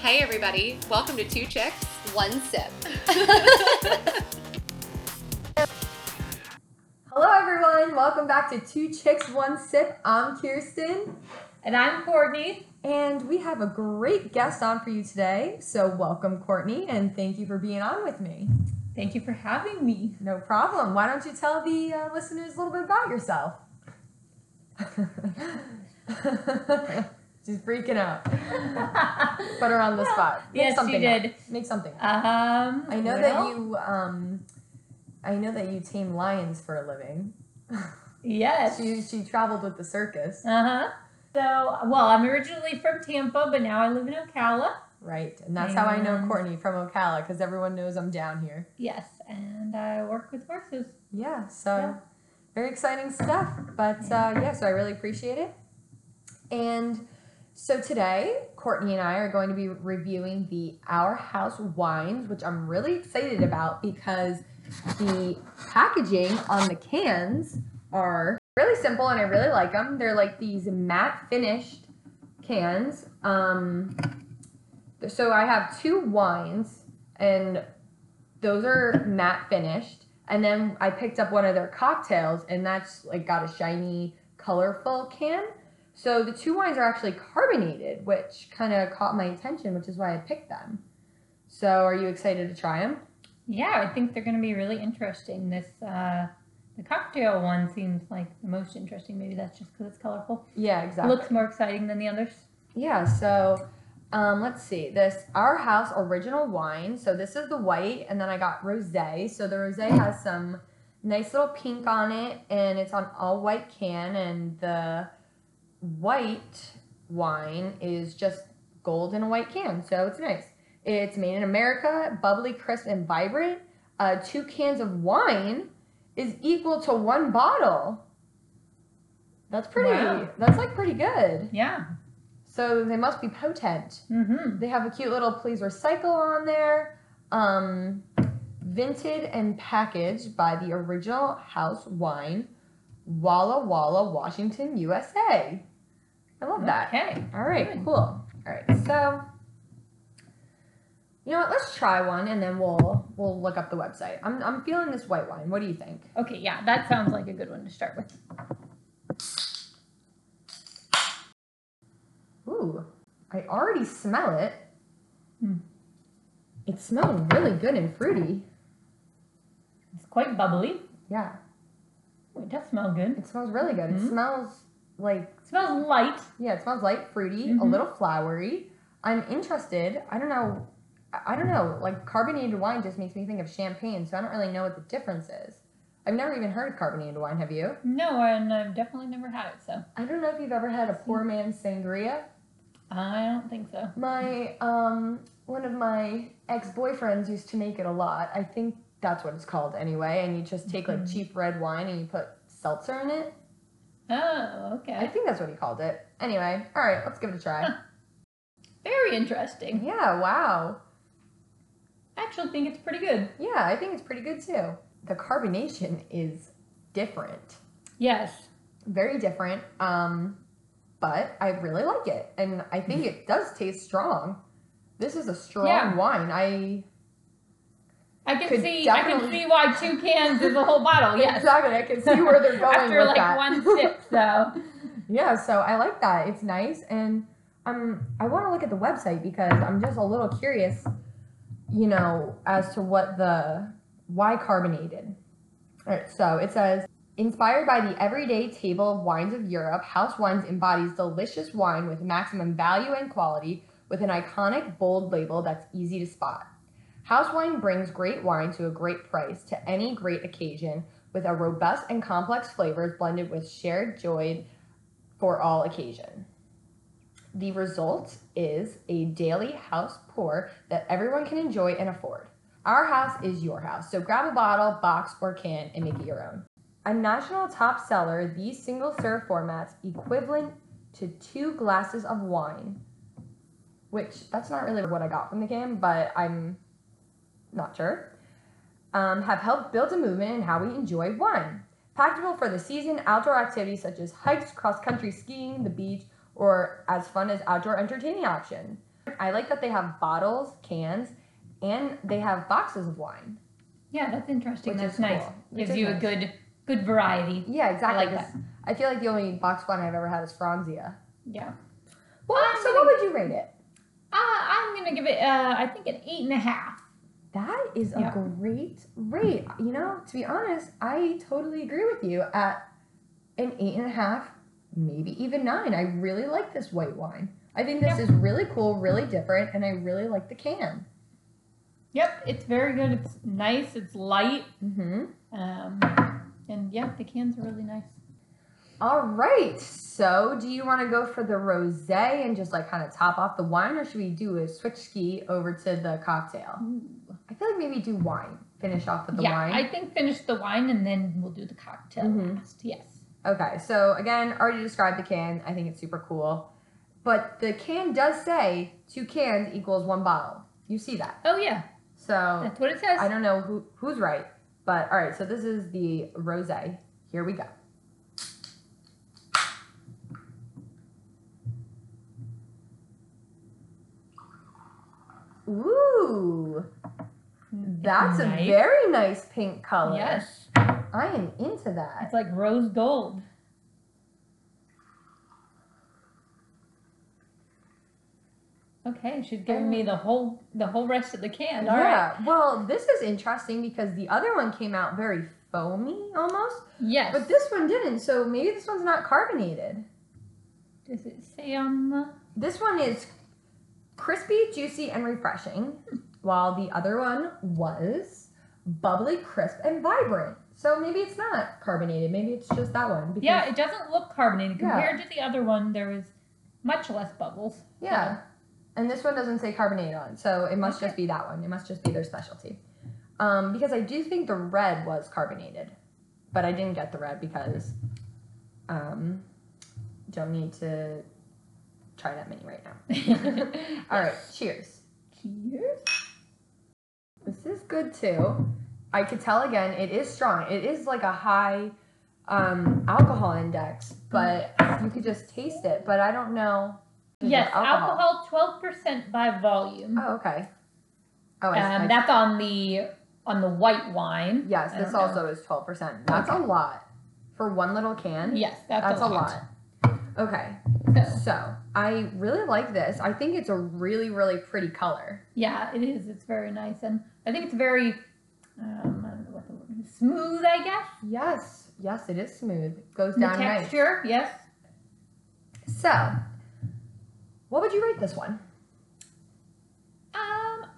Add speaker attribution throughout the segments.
Speaker 1: Hey, everybody. Welcome to Two Chicks.
Speaker 2: One sip. Hello, everyone. Welcome back to Two Chicks, One Sip. I'm Kirsten,
Speaker 3: And I'm Courtney.
Speaker 2: and we have a great guest on for you today. So, welcome, Courtney, and thank you for being on with me.
Speaker 3: Thank you for having me.
Speaker 2: No problem. Why don't you tell the uh, listeners a little bit about yourself? She's freaking out. Put her on the spot. Make
Speaker 3: yes, you
Speaker 2: something up.
Speaker 3: did.
Speaker 2: Make something. up.
Speaker 3: Um,
Speaker 2: I know
Speaker 3: well,
Speaker 2: that you. Um, I know that you tame lions for a living.
Speaker 3: Yes.
Speaker 2: She she traveled with the circus,
Speaker 3: Uh huh. So, well, I'm originally from Tampa, but now I live in Ocala.
Speaker 2: right? And that's how I know
Speaker 3: And-
Speaker 2: Courtney from Ocala because everyone knows I'm down here.
Speaker 3: Yes, and I work with horses.
Speaker 2: Yeah, so
Speaker 3: Yeah.
Speaker 2: very exciting stuff. But uh, yeah, so I really appreciate it. And so today, Courtney and I are going to be reviewing the Our House wines, which I'm really excited about because the packaging on the cans are really simple and I really like them. They're like these matte finished cans. Um, so I have two wines and those are matte finished. And then I picked up one of their cocktails, and that's like got a shiny, colorful can. So the two wines are actually carbonated, which kind of caught my attention, which is why I picked them. So are you excited to try them?
Speaker 3: Yeah, I think they're going to be really interesting. This uh, the cocktail one seems like the most interesting. Maybe that's just because it's colorful.
Speaker 2: Yeah, exactly.
Speaker 3: Looks more exciting than the others.
Speaker 2: Yeah, so um, let's see. This Our House original wine. So this is the white, and then I got rosé. So the rosé has some nice little pink on it, and it's on all white can. And the white wine is just gold in a white can, so it's nice. It's made in America, bubbly, crisp, and vibrant. Uh, two cans of wine is equal to one bottle. That's pretty.
Speaker 3: Wow.
Speaker 2: That's like pretty good.
Speaker 3: Yeah.
Speaker 2: So they must be potent.
Speaker 3: Mm-hmm.
Speaker 2: They have a cute little please recycle on there. Um, vinted and packaged by the original house wine, Walla Walla, Washington, USA. I love that.
Speaker 3: Okay.
Speaker 2: All right,
Speaker 3: Good.
Speaker 2: cool. All right, so you know what? Let's try one, and then we'll we'll look up the website. I'm I'm feeling this white wine. What do you think?
Speaker 3: Okay. Yeah, that sounds like a good one to start with.
Speaker 2: Ooh, I already smell it.
Speaker 3: Hmm.
Speaker 2: It smells really good and fruity.
Speaker 3: It's quite bubbly.
Speaker 2: Yeah,
Speaker 3: Oh, It does smell good.
Speaker 2: it smells really good. It
Speaker 3: Mhm.
Speaker 2: smells like
Speaker 3: It smells light.
Speaker 2: yeah, it smells light, fruity, a
Speaker 3: Mhm.
Speaker 2: little flowery. I'm interested. I don't know. I I don't know. Like carbonated wine just makes me think of champagne, so I don't really know what the difference is. I've never even heard of carbonated wine. Have you?
Speaker 3: No, and I've definitely never had it, so
Speaker 2: I don't know if you've ever had a poor man's sangria.
Speaker 3: I don't think so.
Speaker 2: My um one of my ex-boyfriends used to make it a lot. I think that's what it's called anyway, and you just take like cheap red wine and you put seltzer in it.
Speaker 3: Oh,
Speaker 2: I
Speaker 3: okay.
Speaker 2: think that's what he called it. Anyway, all right, let's give it a try.
Speaker 3: Very interesting.
Speaker 2: yeah, wow.
Speaker 3: I actually think it's pretty good.
Speaker 2: Yeah, I think it's pretty good too. The carbonation is different.
Speaker 3: Yes.
Speaker 2: Very different. Um but I really like it and I think it does taste strong. This is a strong
Speaker 3: Yeah.
Speaker 2: wine. I
Speaker 3: I can
Speaker 2: Could
Speaker 3: see I can
Speaker 2: definitely-
Speaker 3: see why two cans is a whole bottle, yes.
Speaker 2: Exactly. I can see where they're going
Speaker 3: After
Speaker 2: with
Speaker 3: like
Speaker 2: that.
Speaker 3: one sip, so
Speaker 2: Yeah, so I like that. It's nice, and um, I want to look at the website because I'm just a little curious, you know, as to what the why carbonated. All right, so it says inspired by the everyday table of wines of Europe, House Wines embodies delicious wine with maximum value and quality, with an iconic bold label that's easy to spot. House wine brings great wine to a great price to any great occasion, with a robust and complex flavors blended with shared joy for all occasion. The result is a daily house pour that everyone can enjoy and afford. Our house is your house, so grab a bottle, box, or can and make it your own. A national top seller, these single serve formats equivalent to two glasses of wine, which that's not really what I got from the can, but I'm not sure, um, have helped build a movement in how we enjoy wine. Practical for the season, outdoor activities such as hikes, cross country skiing, the beach, or as fun as outdoor entertaining option. I like that they have bottles, cans, and they have boxes of wine.
Speaker 3: Yeah, that's interesting.
Speaker 2: Which
Speaker 3: that's
Speaker 2: is
Speaker 3: nice.
Speaker 2: cool. Which
Speaker 3: Gives
Speaker 2: is
Speaker 3: you a
Speaker 2: nice.
Speaker 3: good good variety.
Speaker 2: Yeah, exactly.
Speaker 3: like
Speaker 2: 'cause I feel like the only box wine I've ever had is Franzia.
Speaker 3: Yeah.
Speaker 2: Well,
Speaker 3: I'm
Speaker 2: so
Speaker 3: gonna-
Speaker 2: what would you rate it?
Speaker 3: Uh, I'm gonna give it. Uh, I think an eight and a half.
Speaker 2: That is a
Speaker 3: Yeah.
Speaker 2: great rate. You know, to be honest, I totally agree with you at an eight and a half, maybe even nine. I really like this white wine. I think this
Speaker 3: Yeah.
Speaker 2: is really cool, really different, and I really like the can.
Speaker 3: Yep, it's very good. It's nice. It's light.
Speaker 2: Mm-hmm.
Speaker 3: Um, and yeah, the cans are really nice.
Speaker 2: All right. So, do you want to go for the rosé and just like kind of top off the wine, or should we do a switch ski over to the cocktail? I feel like maybe do wine. Finish off with the
Speaker 3: yeah,
Speaker 2: wine.
Speaker 3: I think finish the wine and then we'll do the cocktail
Speaker 2: Mhm.
Speaker 3: last. Yes.
Speaker 2: Okay, so again, already described the can. I think it's super cool. But the can does say two cans equals one bottle. You see that.
Speaker 3: Oh yeah,
Speaker 2: So
Speaker 3: that's what it says.
Speaker 2: I don't know who, who's right, but all right, so this is the rose. Here we go. Ooh, that's a
Speaker 3: Nice.
Speaker 2: very nice pink color.
Speaker 3: Yes,
Speaker 2: I am into that.
Speaker 3: it's like rose gold. Okay, she's giving me the whole the whole rest of the can. All right.
Speaker 2: Oh. yeah. Well, this is interesting because the other one came out very foamy almost,
Speaker 3: Yes.
Speaker 2: but this one didn't. So maybe this one's not carbonated.
Speaker 3: Does it say on the?
Speaker 2: This one is crispy, juicy, and refreshing, while the other one was bubbly, crisp, and vibrant. So maybe it's not carbonated. Maybe it's just that one. Because,
Speaker 3: Yeah, it doesn't look carbonated
Speaker 2: Yeah.
Speaker 3: compared to the other one. There was much less bubbles.
Speaker 2: Yeah. And this one doesn't say carbonated on, it, so it must
Speaker 3: Okay.
Speaker 2: just be that one. It must just be their specialty. Um, because I do think the red was carbonated, but I didn't get the red because um, don't need to try that many right now. All right, cheers.
Speaker 3: Cheers.
Speaker 2: This is good too. I could tell again, it is strong. It is like a high um, alcohol index, but you could just taste it. But I don't know.
Speaker 3: Yes, alcohol twelve percent by volume.
Speaker 2: Oh, okay. Oh, I, I
Speaker 3: Um, that's on the on the white wine.
Speaker 2: Yes,
Speaker 3: I
Speaker 2: this
Speaker 3: don't
Speaker 2: also is twelve percent. That's a lot for one little can.
Speaker 3: Yes,
Speaker 2: that's,
Speaker 3: that's,
Speaker 2: a lot. Okay,
Speaker 3: So,
Speaker 2: so I really like this. I think it's a really, really pretty color.
Speaker 3: yeah, it is. It's very nice, and I think it's very um, I don't know what the word is. smooth. I guess
Speaker 2: Yes, yes, it is smooth. Goes
Speaker 3: the
Speaker 2: down nice.
Speaker 3: texture. Yes,
Speaker 2: So, what would you rate this one?
Speaker 3: um,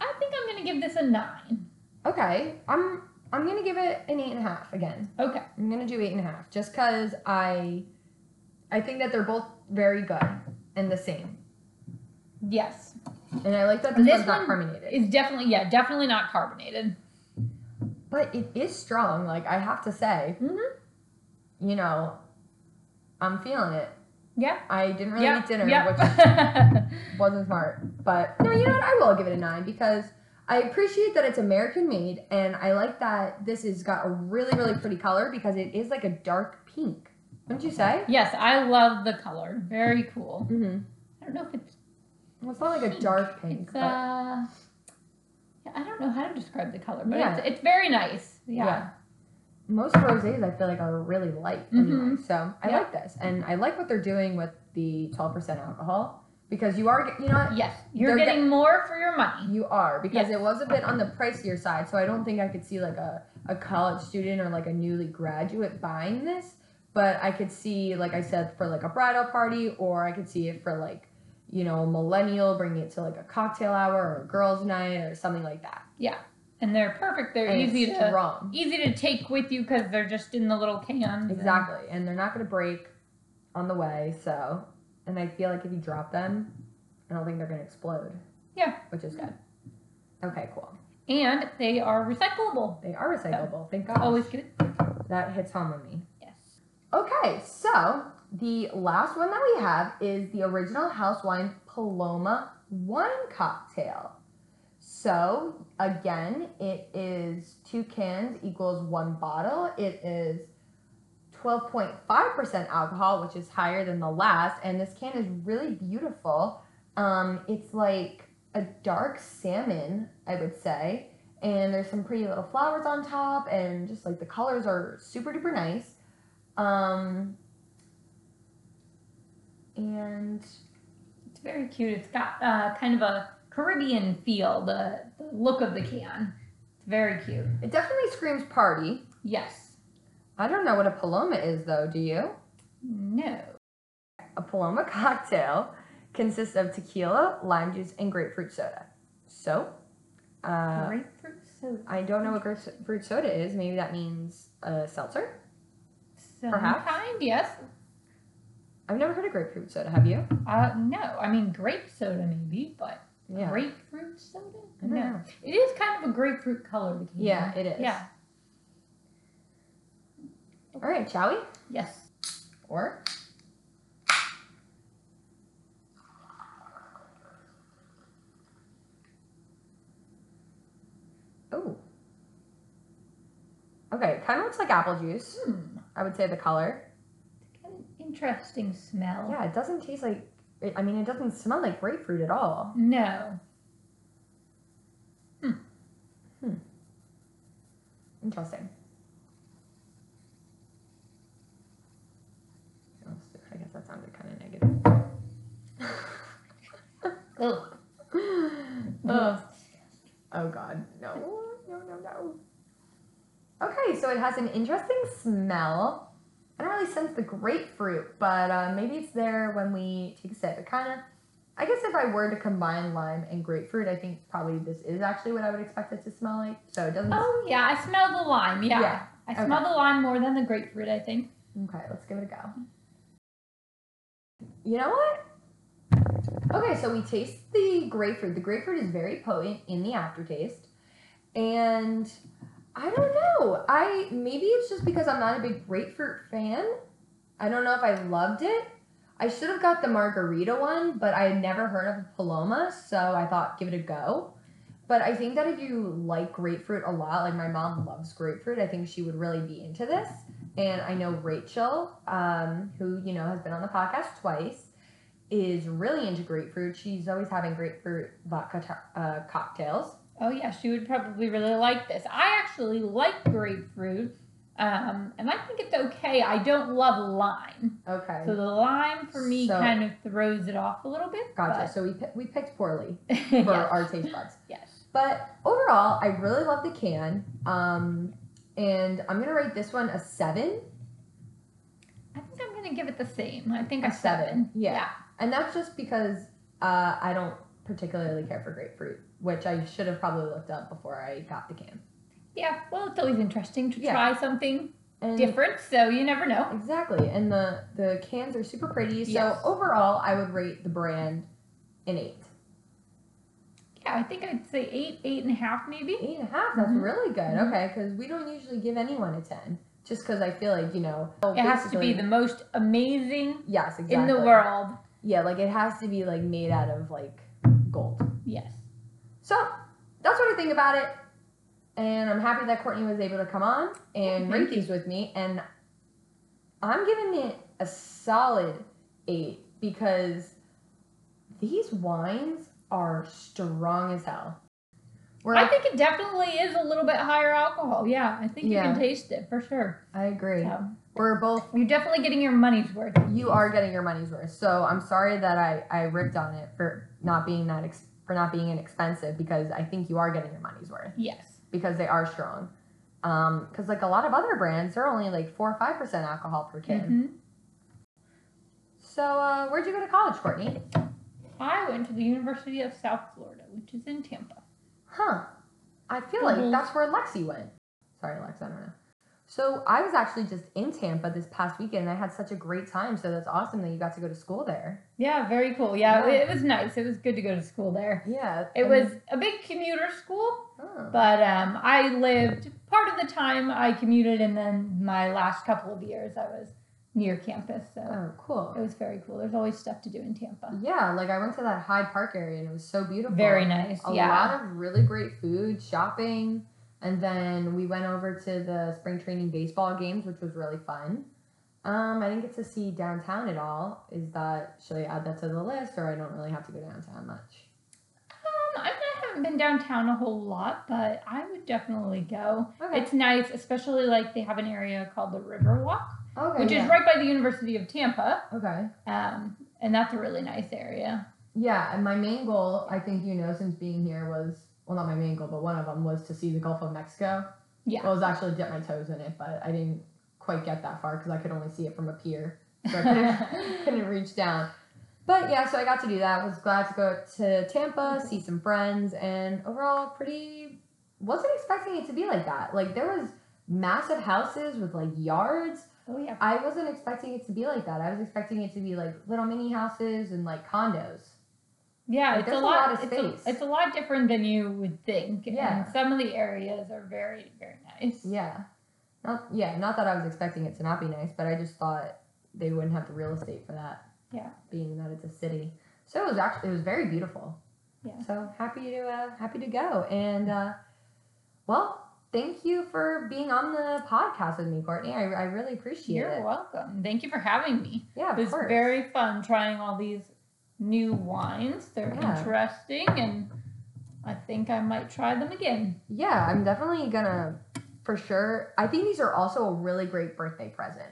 Speaker 3: I think I'm gonna give this a nine.
Speaker 2: Okay, I'm I'm gonna give it an eight and a half again.
Speaker 3: Okay.
Speaker 2: I'm gonna do eight and a half just because I I think that they're both very good and the same,
Speaker 3: Yes,
Speaker 2: and I like that this,
Speaker 3: And this
Speaker 2: one's not
Speaker 3: one
Speaker 2: carbonated.
Speaker 3: it's definitely yeah, definitely not carbonated.
Speaker 2: But it is strong. Like I have to say,
Speaker 3: Mhm.
Speaker 2: you know, I'm feeling it.
Speaker 3: Yeah.
Speaker 2: I didn't really
Speaker 3: Yep,
Speaker 2: eat dinner,
Speaker 3: yep.
Speaker 2: which wasn't smart. But no, you know what? I will give it a nine because I appreciate that it's American made, and I like that this has got a really, really pretty color because it is like a dark pink. Wouldn't you say?
Speaker 3: yes, I love the color. Very cool.
Speaker 2: Mm-hmm.
Speaker 3: I don't know if it's
Speaker 2: Well, it's not like a
Speaker 3: Pink.
Speaker 2: dark pink.
Speaker 3: it's
Speaker 2: but-
Speaker 3: uh, yeah, I don't know how to describe the color, but
Speaker 2: Yeah.
Speaker 3: it's, it's very nice. Yeah.
Speaker 2: Most rosés I feel like are really light anyway. So I
Speaker 3: Mm-hmm. Yeah.
Speaker 2: like this. And I like what they're doing with the 12% alcohol because you are, get- you know what?
Speaker 3: Yes, you're
Speaker 2: They're get-
Speaker 3: getting more for your money.
Speaker 2: You are because
Speaker 3: Yes.
Speaker 2: it was a bit on the pricier side. So I don't think I could see like a, a college student or like a newly graduate buying this. But I could see, like I said, for like a bridal party or I could see it for like, you know, a millennial bringing it to like a cocktail hour or a girls' night or something like that.
Speaker 3: And they're perfect. They're
Speaker 2: And
Speaker 3: easy
Speaker 2: it's
Speaker 3: to
Speaker 2: strong.
Speaker 3: easy to take with you because they're just in the little cans. and-
Speaker 2: Exactly. And they're not going to break on the way. So, and I feel like if you drop them, I don't think they're going to explode.
Speaker 3: Yeah. Mm-hmm.
Speaker 2: Which is good. Okay, cool.
Speaker 3: And, they are recyclable.
Speaker 2: They are recyclable. Thank God.
Speaker 3: Always good.
Speaker 2: That hits home with me.
Speaker 3: Yes.
Speaker 2: Okay, so the last one that we have is the original house wine Paloma wine cocktail. So again, it is two cans equals one bottle. It is 12.5% alcohol, which is higher than the last. And this can is really beautiful. Um, it's like a dark salmon, I would say. And there's some pretty little flowers on top, and just like the colors are super duper nice. Um, and
Speaker 3: It's very cute. It's got uh, kind of a Caribbean feel, the, the look of the can. It's very cute.
Speaker 2: it definitely screams party.
Speaker 3: Yes.
Speaker 2: I don't know what a paloma is, though, do you?
Speaker 3: No.
Speaker 2: A Paloma cocktail consists of tequila, lime juice, and grapefruit soda. So, uh,
Speaker 3: Grapefruit soda.
Speaker 2: I don't know what grapefruit soda is. Maybe that means a seltzer.
Speaker 3: Some
Speaker 2: perhaps?
Speaker 3: kind, yes.
Speaker 2: I've never heard of grapefruit soda. Have you?
Speaker 3: Uh, no. I mean, grape soda maybe, but
Speaker 2: Yeah.
Speaker 3: grapefruit soda?
Speaker 2: I don't
Speaker 3: No.
Speaker 2: know.
Speaker 3: It is kind of a grapefruit color. The can.
Speaker 2: Yeah, it is.
Speaker 3: Yeah.
Speaker 2: All right, shall we?
Speaker 3: Yes.
Speaker 2: Or oh, okay. Kind of looks like apple juice.
Speaker 3: Hmm.
Speaker 2: I would say the color.
Speaker 3: Kind of interesting smell.
Speaker 2: Yeah, it doesn't taste like. it- I mean, it doesn't smell like grapefruit at all.
Speaker 3: No.
Speaker 2: Interesting. I guess that sounded kind of negative.
Speaker 3: Ugh.
Speaker 2: Ugh. Oh God, no, no, no, no. Okay, so it has an interesting smell. I don't really sense the grapefruit, but uh, maybe it's there when we take a sip. It kind of, I guess, if I were to combine lime and grapefruit, I think probably this is actually what I would expect it to smell like. So it doesn't.
Speaker 3: Oh yeah, I smell the lime. Yeah.
Speaker 2: Yeah,
Speaker 3: I
Speaker 2: okay.
Speaker 3: smell the lime more than the grapefruit. I think.
Speaker 2: Okay, let's give it a go. You know what? Okay, so we taste the grapefruit. The grapefruit is very potent in the aftertaste. And I don't know. I maybe it's just because I'm not a big grapefruit fan. I don't know if I loved it. I should have got the margarita one, but I had never heard of a paloma, so I thought give it a go. But I think that if you like grapefruit a lot, like my mom loves grapefruit, I think she would really be into this. And I know Rachel, um, who you know has been on the podcast twice, is really into grapefruit. She's always having grapefruit vodka to- uh, cocktails.
Speaker 3: Oh yeah, she would probably really like this. I actually like grapefruit, um, and I think it's okay. I don't love lime,
Speaker 2: Okay,
Speaker 3: so the lime for me
Speaker 2: So-
Speaker 3: kind of throws it off a little bit.
Speaker 2: gotcha. So we pi- we picked poorly
Speaker 3: but-
Speaker 2: for
Speaker 3: yes.
Speaker 2: our taste buds.
Speaker 3: yes.
Speaker 2: But overall, I really love the can. Um, and I'm gonna rate this one a seven,
Speaker 3: I think I'm gonna give it the same. I think
Speaker 2: A
Speaker 3: a seven.
Speaker 2: seven, yeah. and that's just because uh, I don't particularly care for grapefruit, which I should have probably looked up before I got the can.
Speaker 3: Yeah, well, it's always interesting to
Speaker 2: Yeah. Mm.
Speaker 3: try something
Speaker 2: And
Speaker 3: different, so you never know.
Speaker 2: Exactly, and the the cans are super pretty. So
Speaker 3: Yes.
Speaker 2: overall, I would rate the brand an eight,
Speaker 3: Yeah, I think I'd say eight, eight and a half maybe.
Speaker 2: eight and a half. That's
Speaker 3: Mhm.
Speaker 2: really good.
Speaker 3: Mhm.
Speaker 2: Okay, because we don't usually give anyone a ten, just because I feel like you know
Speaker 3: It has to be the most amazing
Speaker 2: yes exactly
Speaker 3: in the world.
Speaker 2: Yeah, like it has to be like made out of like gold.
Speaker 3: Yes.
Speaker 2: So that's what I think about it, and I'm happy that Courtney was able to come on and
Speaker 3: Thank
Speaker 2: rate
Speaker 3: you.
Speaker 2: these with me, and I'm giving it a solid eight because these wines are strong as hell. We're,
Speaker 3: I think it definitely is a little bit higher alcohol. Yeah, I think you
Speaker 2: Yeah.
Speaker 3: can taste it for sure.
Speaker 2: I agree.
Speaker 3: So
Speaker 2: We're both.
Speaker 3: you're definitely getting your money's worth.
Speaker 2: You are getting your money's worth. So I'm sorry that I I ripped on it for not being that ex- for not being inexpensive because I think you are getting your money's worth.
Speaker 3: Yes.
Speaker 2: because they are strong. Um, because like a lot of other brands, they're only like four or five percent alcohol per can.
Speaker 3: hmm
Speaker 2: So uh, where'd you go to college, Courtney?
Speaker 3: I went to the University of South Florida, which is in Tampa.
Speaker 2: Huh? I feel like
Speaker 3: Mhm.
Speaker 2: that's where Lexi went. Sorry, Lex, I don't know. So I was actually just in Tampa this past weekend. and I had such a great time. So that's awesome that you got to go to school there.
Speaker 3: Yeah, very cool. Yeah,
Speaker 2: Yeah.
Speaker 3: It, it was nice. It was good to go to school there.
Speaker 2: Yeah,
Speaker 3: It
Speaker 2: I
Speaker 3: was
Speaker 2: mean-
Speaker 3: a big commuter school,
Speaker 2: Huh.
Speaker 3: But um, I lived part of the time I commuted, and then my last couple of years I was near campus, so
Speaker 2: Oh,
Speaker 3: it
Speaker 2: cool.
Speaker 3: was very cool. There's always stuff to do in Tampa.
Speaker 2: Yeah, like I went to that Hyde Park area and it was so beautiful.
Speaker 3: Very nice.
Speaker 2: a
Speaker 3: yeah.
Speaker 2: lot of really great food, shopping, and then we went over to the spring training baseball games, which was really fun. Um, I didn't get to see downtown at all. Is that should I add that to the list, or I don't really have to go downtown much?
Speaker 3: um, haven't been downtown a whole lot, but I would definitely go.
Speaker 2: Okay.
Speaker 3: It's nice, especially like they have an area called the Riverwalk,
Speaker 2: Okay.
Speaker 3: which
Speaker 2: Oh, yeah.
Speaker 3: is right by the University of Tampa,
Speaker 2: Okay.
Speaker 3: um, and that's a really nice area.
Speaker 2: Yeah, and my main goal, I think you know, since being here was well, not my main goal, but one of them was to see the Gulf of Mexico.
Speaker 3: Yeah.
Speaker 2: Well, it was actually dip my toes in it, but I didn't quite get that far because I could only see it from a pier, so I couldn't, couldn't reach down. But yeah, so I got to do that. Was glad to go to Tampa, see some friends, and overall pretty. Wasn't expecting it to be like that. Like there was massive houses with like yards
Speaker 3: Oh yeah,
Speaker 2: I wasn't expecting it to be like that. I was expecting it to be like little mini houses and like condos.
Speaker 3: yeah,
Speaker 2: Like,
Speaker 3: it's a
Speaker 2: there's
Speaker 3: lot.
Speaker 2: a lot of
Speaker 3: It's,
Speaker 2: space.
Speaker 3: a, it's a lot different than you would think.
Speaker 2: Yeah.
Speaker 3: and some of the areas are very very nice.
Speaker 2: Yeah. Not yeah, not that I was expecting it to not be nice, but I just thought they wouldn't have the real estate for that.
Speaker 3: Yeah.
Speaker 2: Being that it's a city. So it was actually it was very beautiful.
Speaker 3: Yeah.
Speaker 2: So happy to uh, happy to go. And uh, well, thank you for being on the podcast with me, Courtney. I, I really appreciate
Speaker 3: You're
Speaker 2: it.
Speaker 3: welcome. Thank you for having me.
Speaker 2: Yeah, of
Speaker 3: it was
Speaker 2: course.
Speaker 3: very fun trying all these new wines. They're
Speaker 2: Yeah.
Speaker 3: interesting, and I think I might try them again.
Speaker 2: Yeah, I'm definitely gonna for sure. I think these are also a really great birthday present.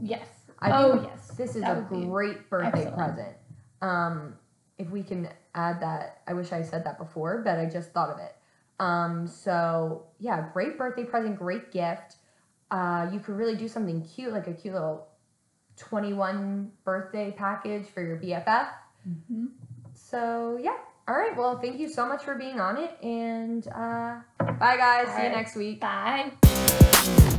Speaker 3: Yes.
Speaker 2: I
Speaker 3: oh
Speaker 2: think
Speaker 3: yes.
Speaker 2: This is
Speaker 3: That
Speaker 2: a
Speaker 3: would be
Speaker 2: great birthday
Speaker 3: excellent.
Speaker 2: present. Um, if we can add that, I wish I said that before, but I just thought of it. Um, so yeah, great birthday present, great gift. Uh, you could really do something cute, like a cute little 21 birthday package for your BFF.
Speaker 3: Mhm.
Speaker 2: So yeah. All right. Well, thank you so much for being on it. And uh, bye, guys. See
Speaker 3: All
Speaker 2: you
Speaker 3: right.
Speaker 2: next week.
Speaker 3: Bye.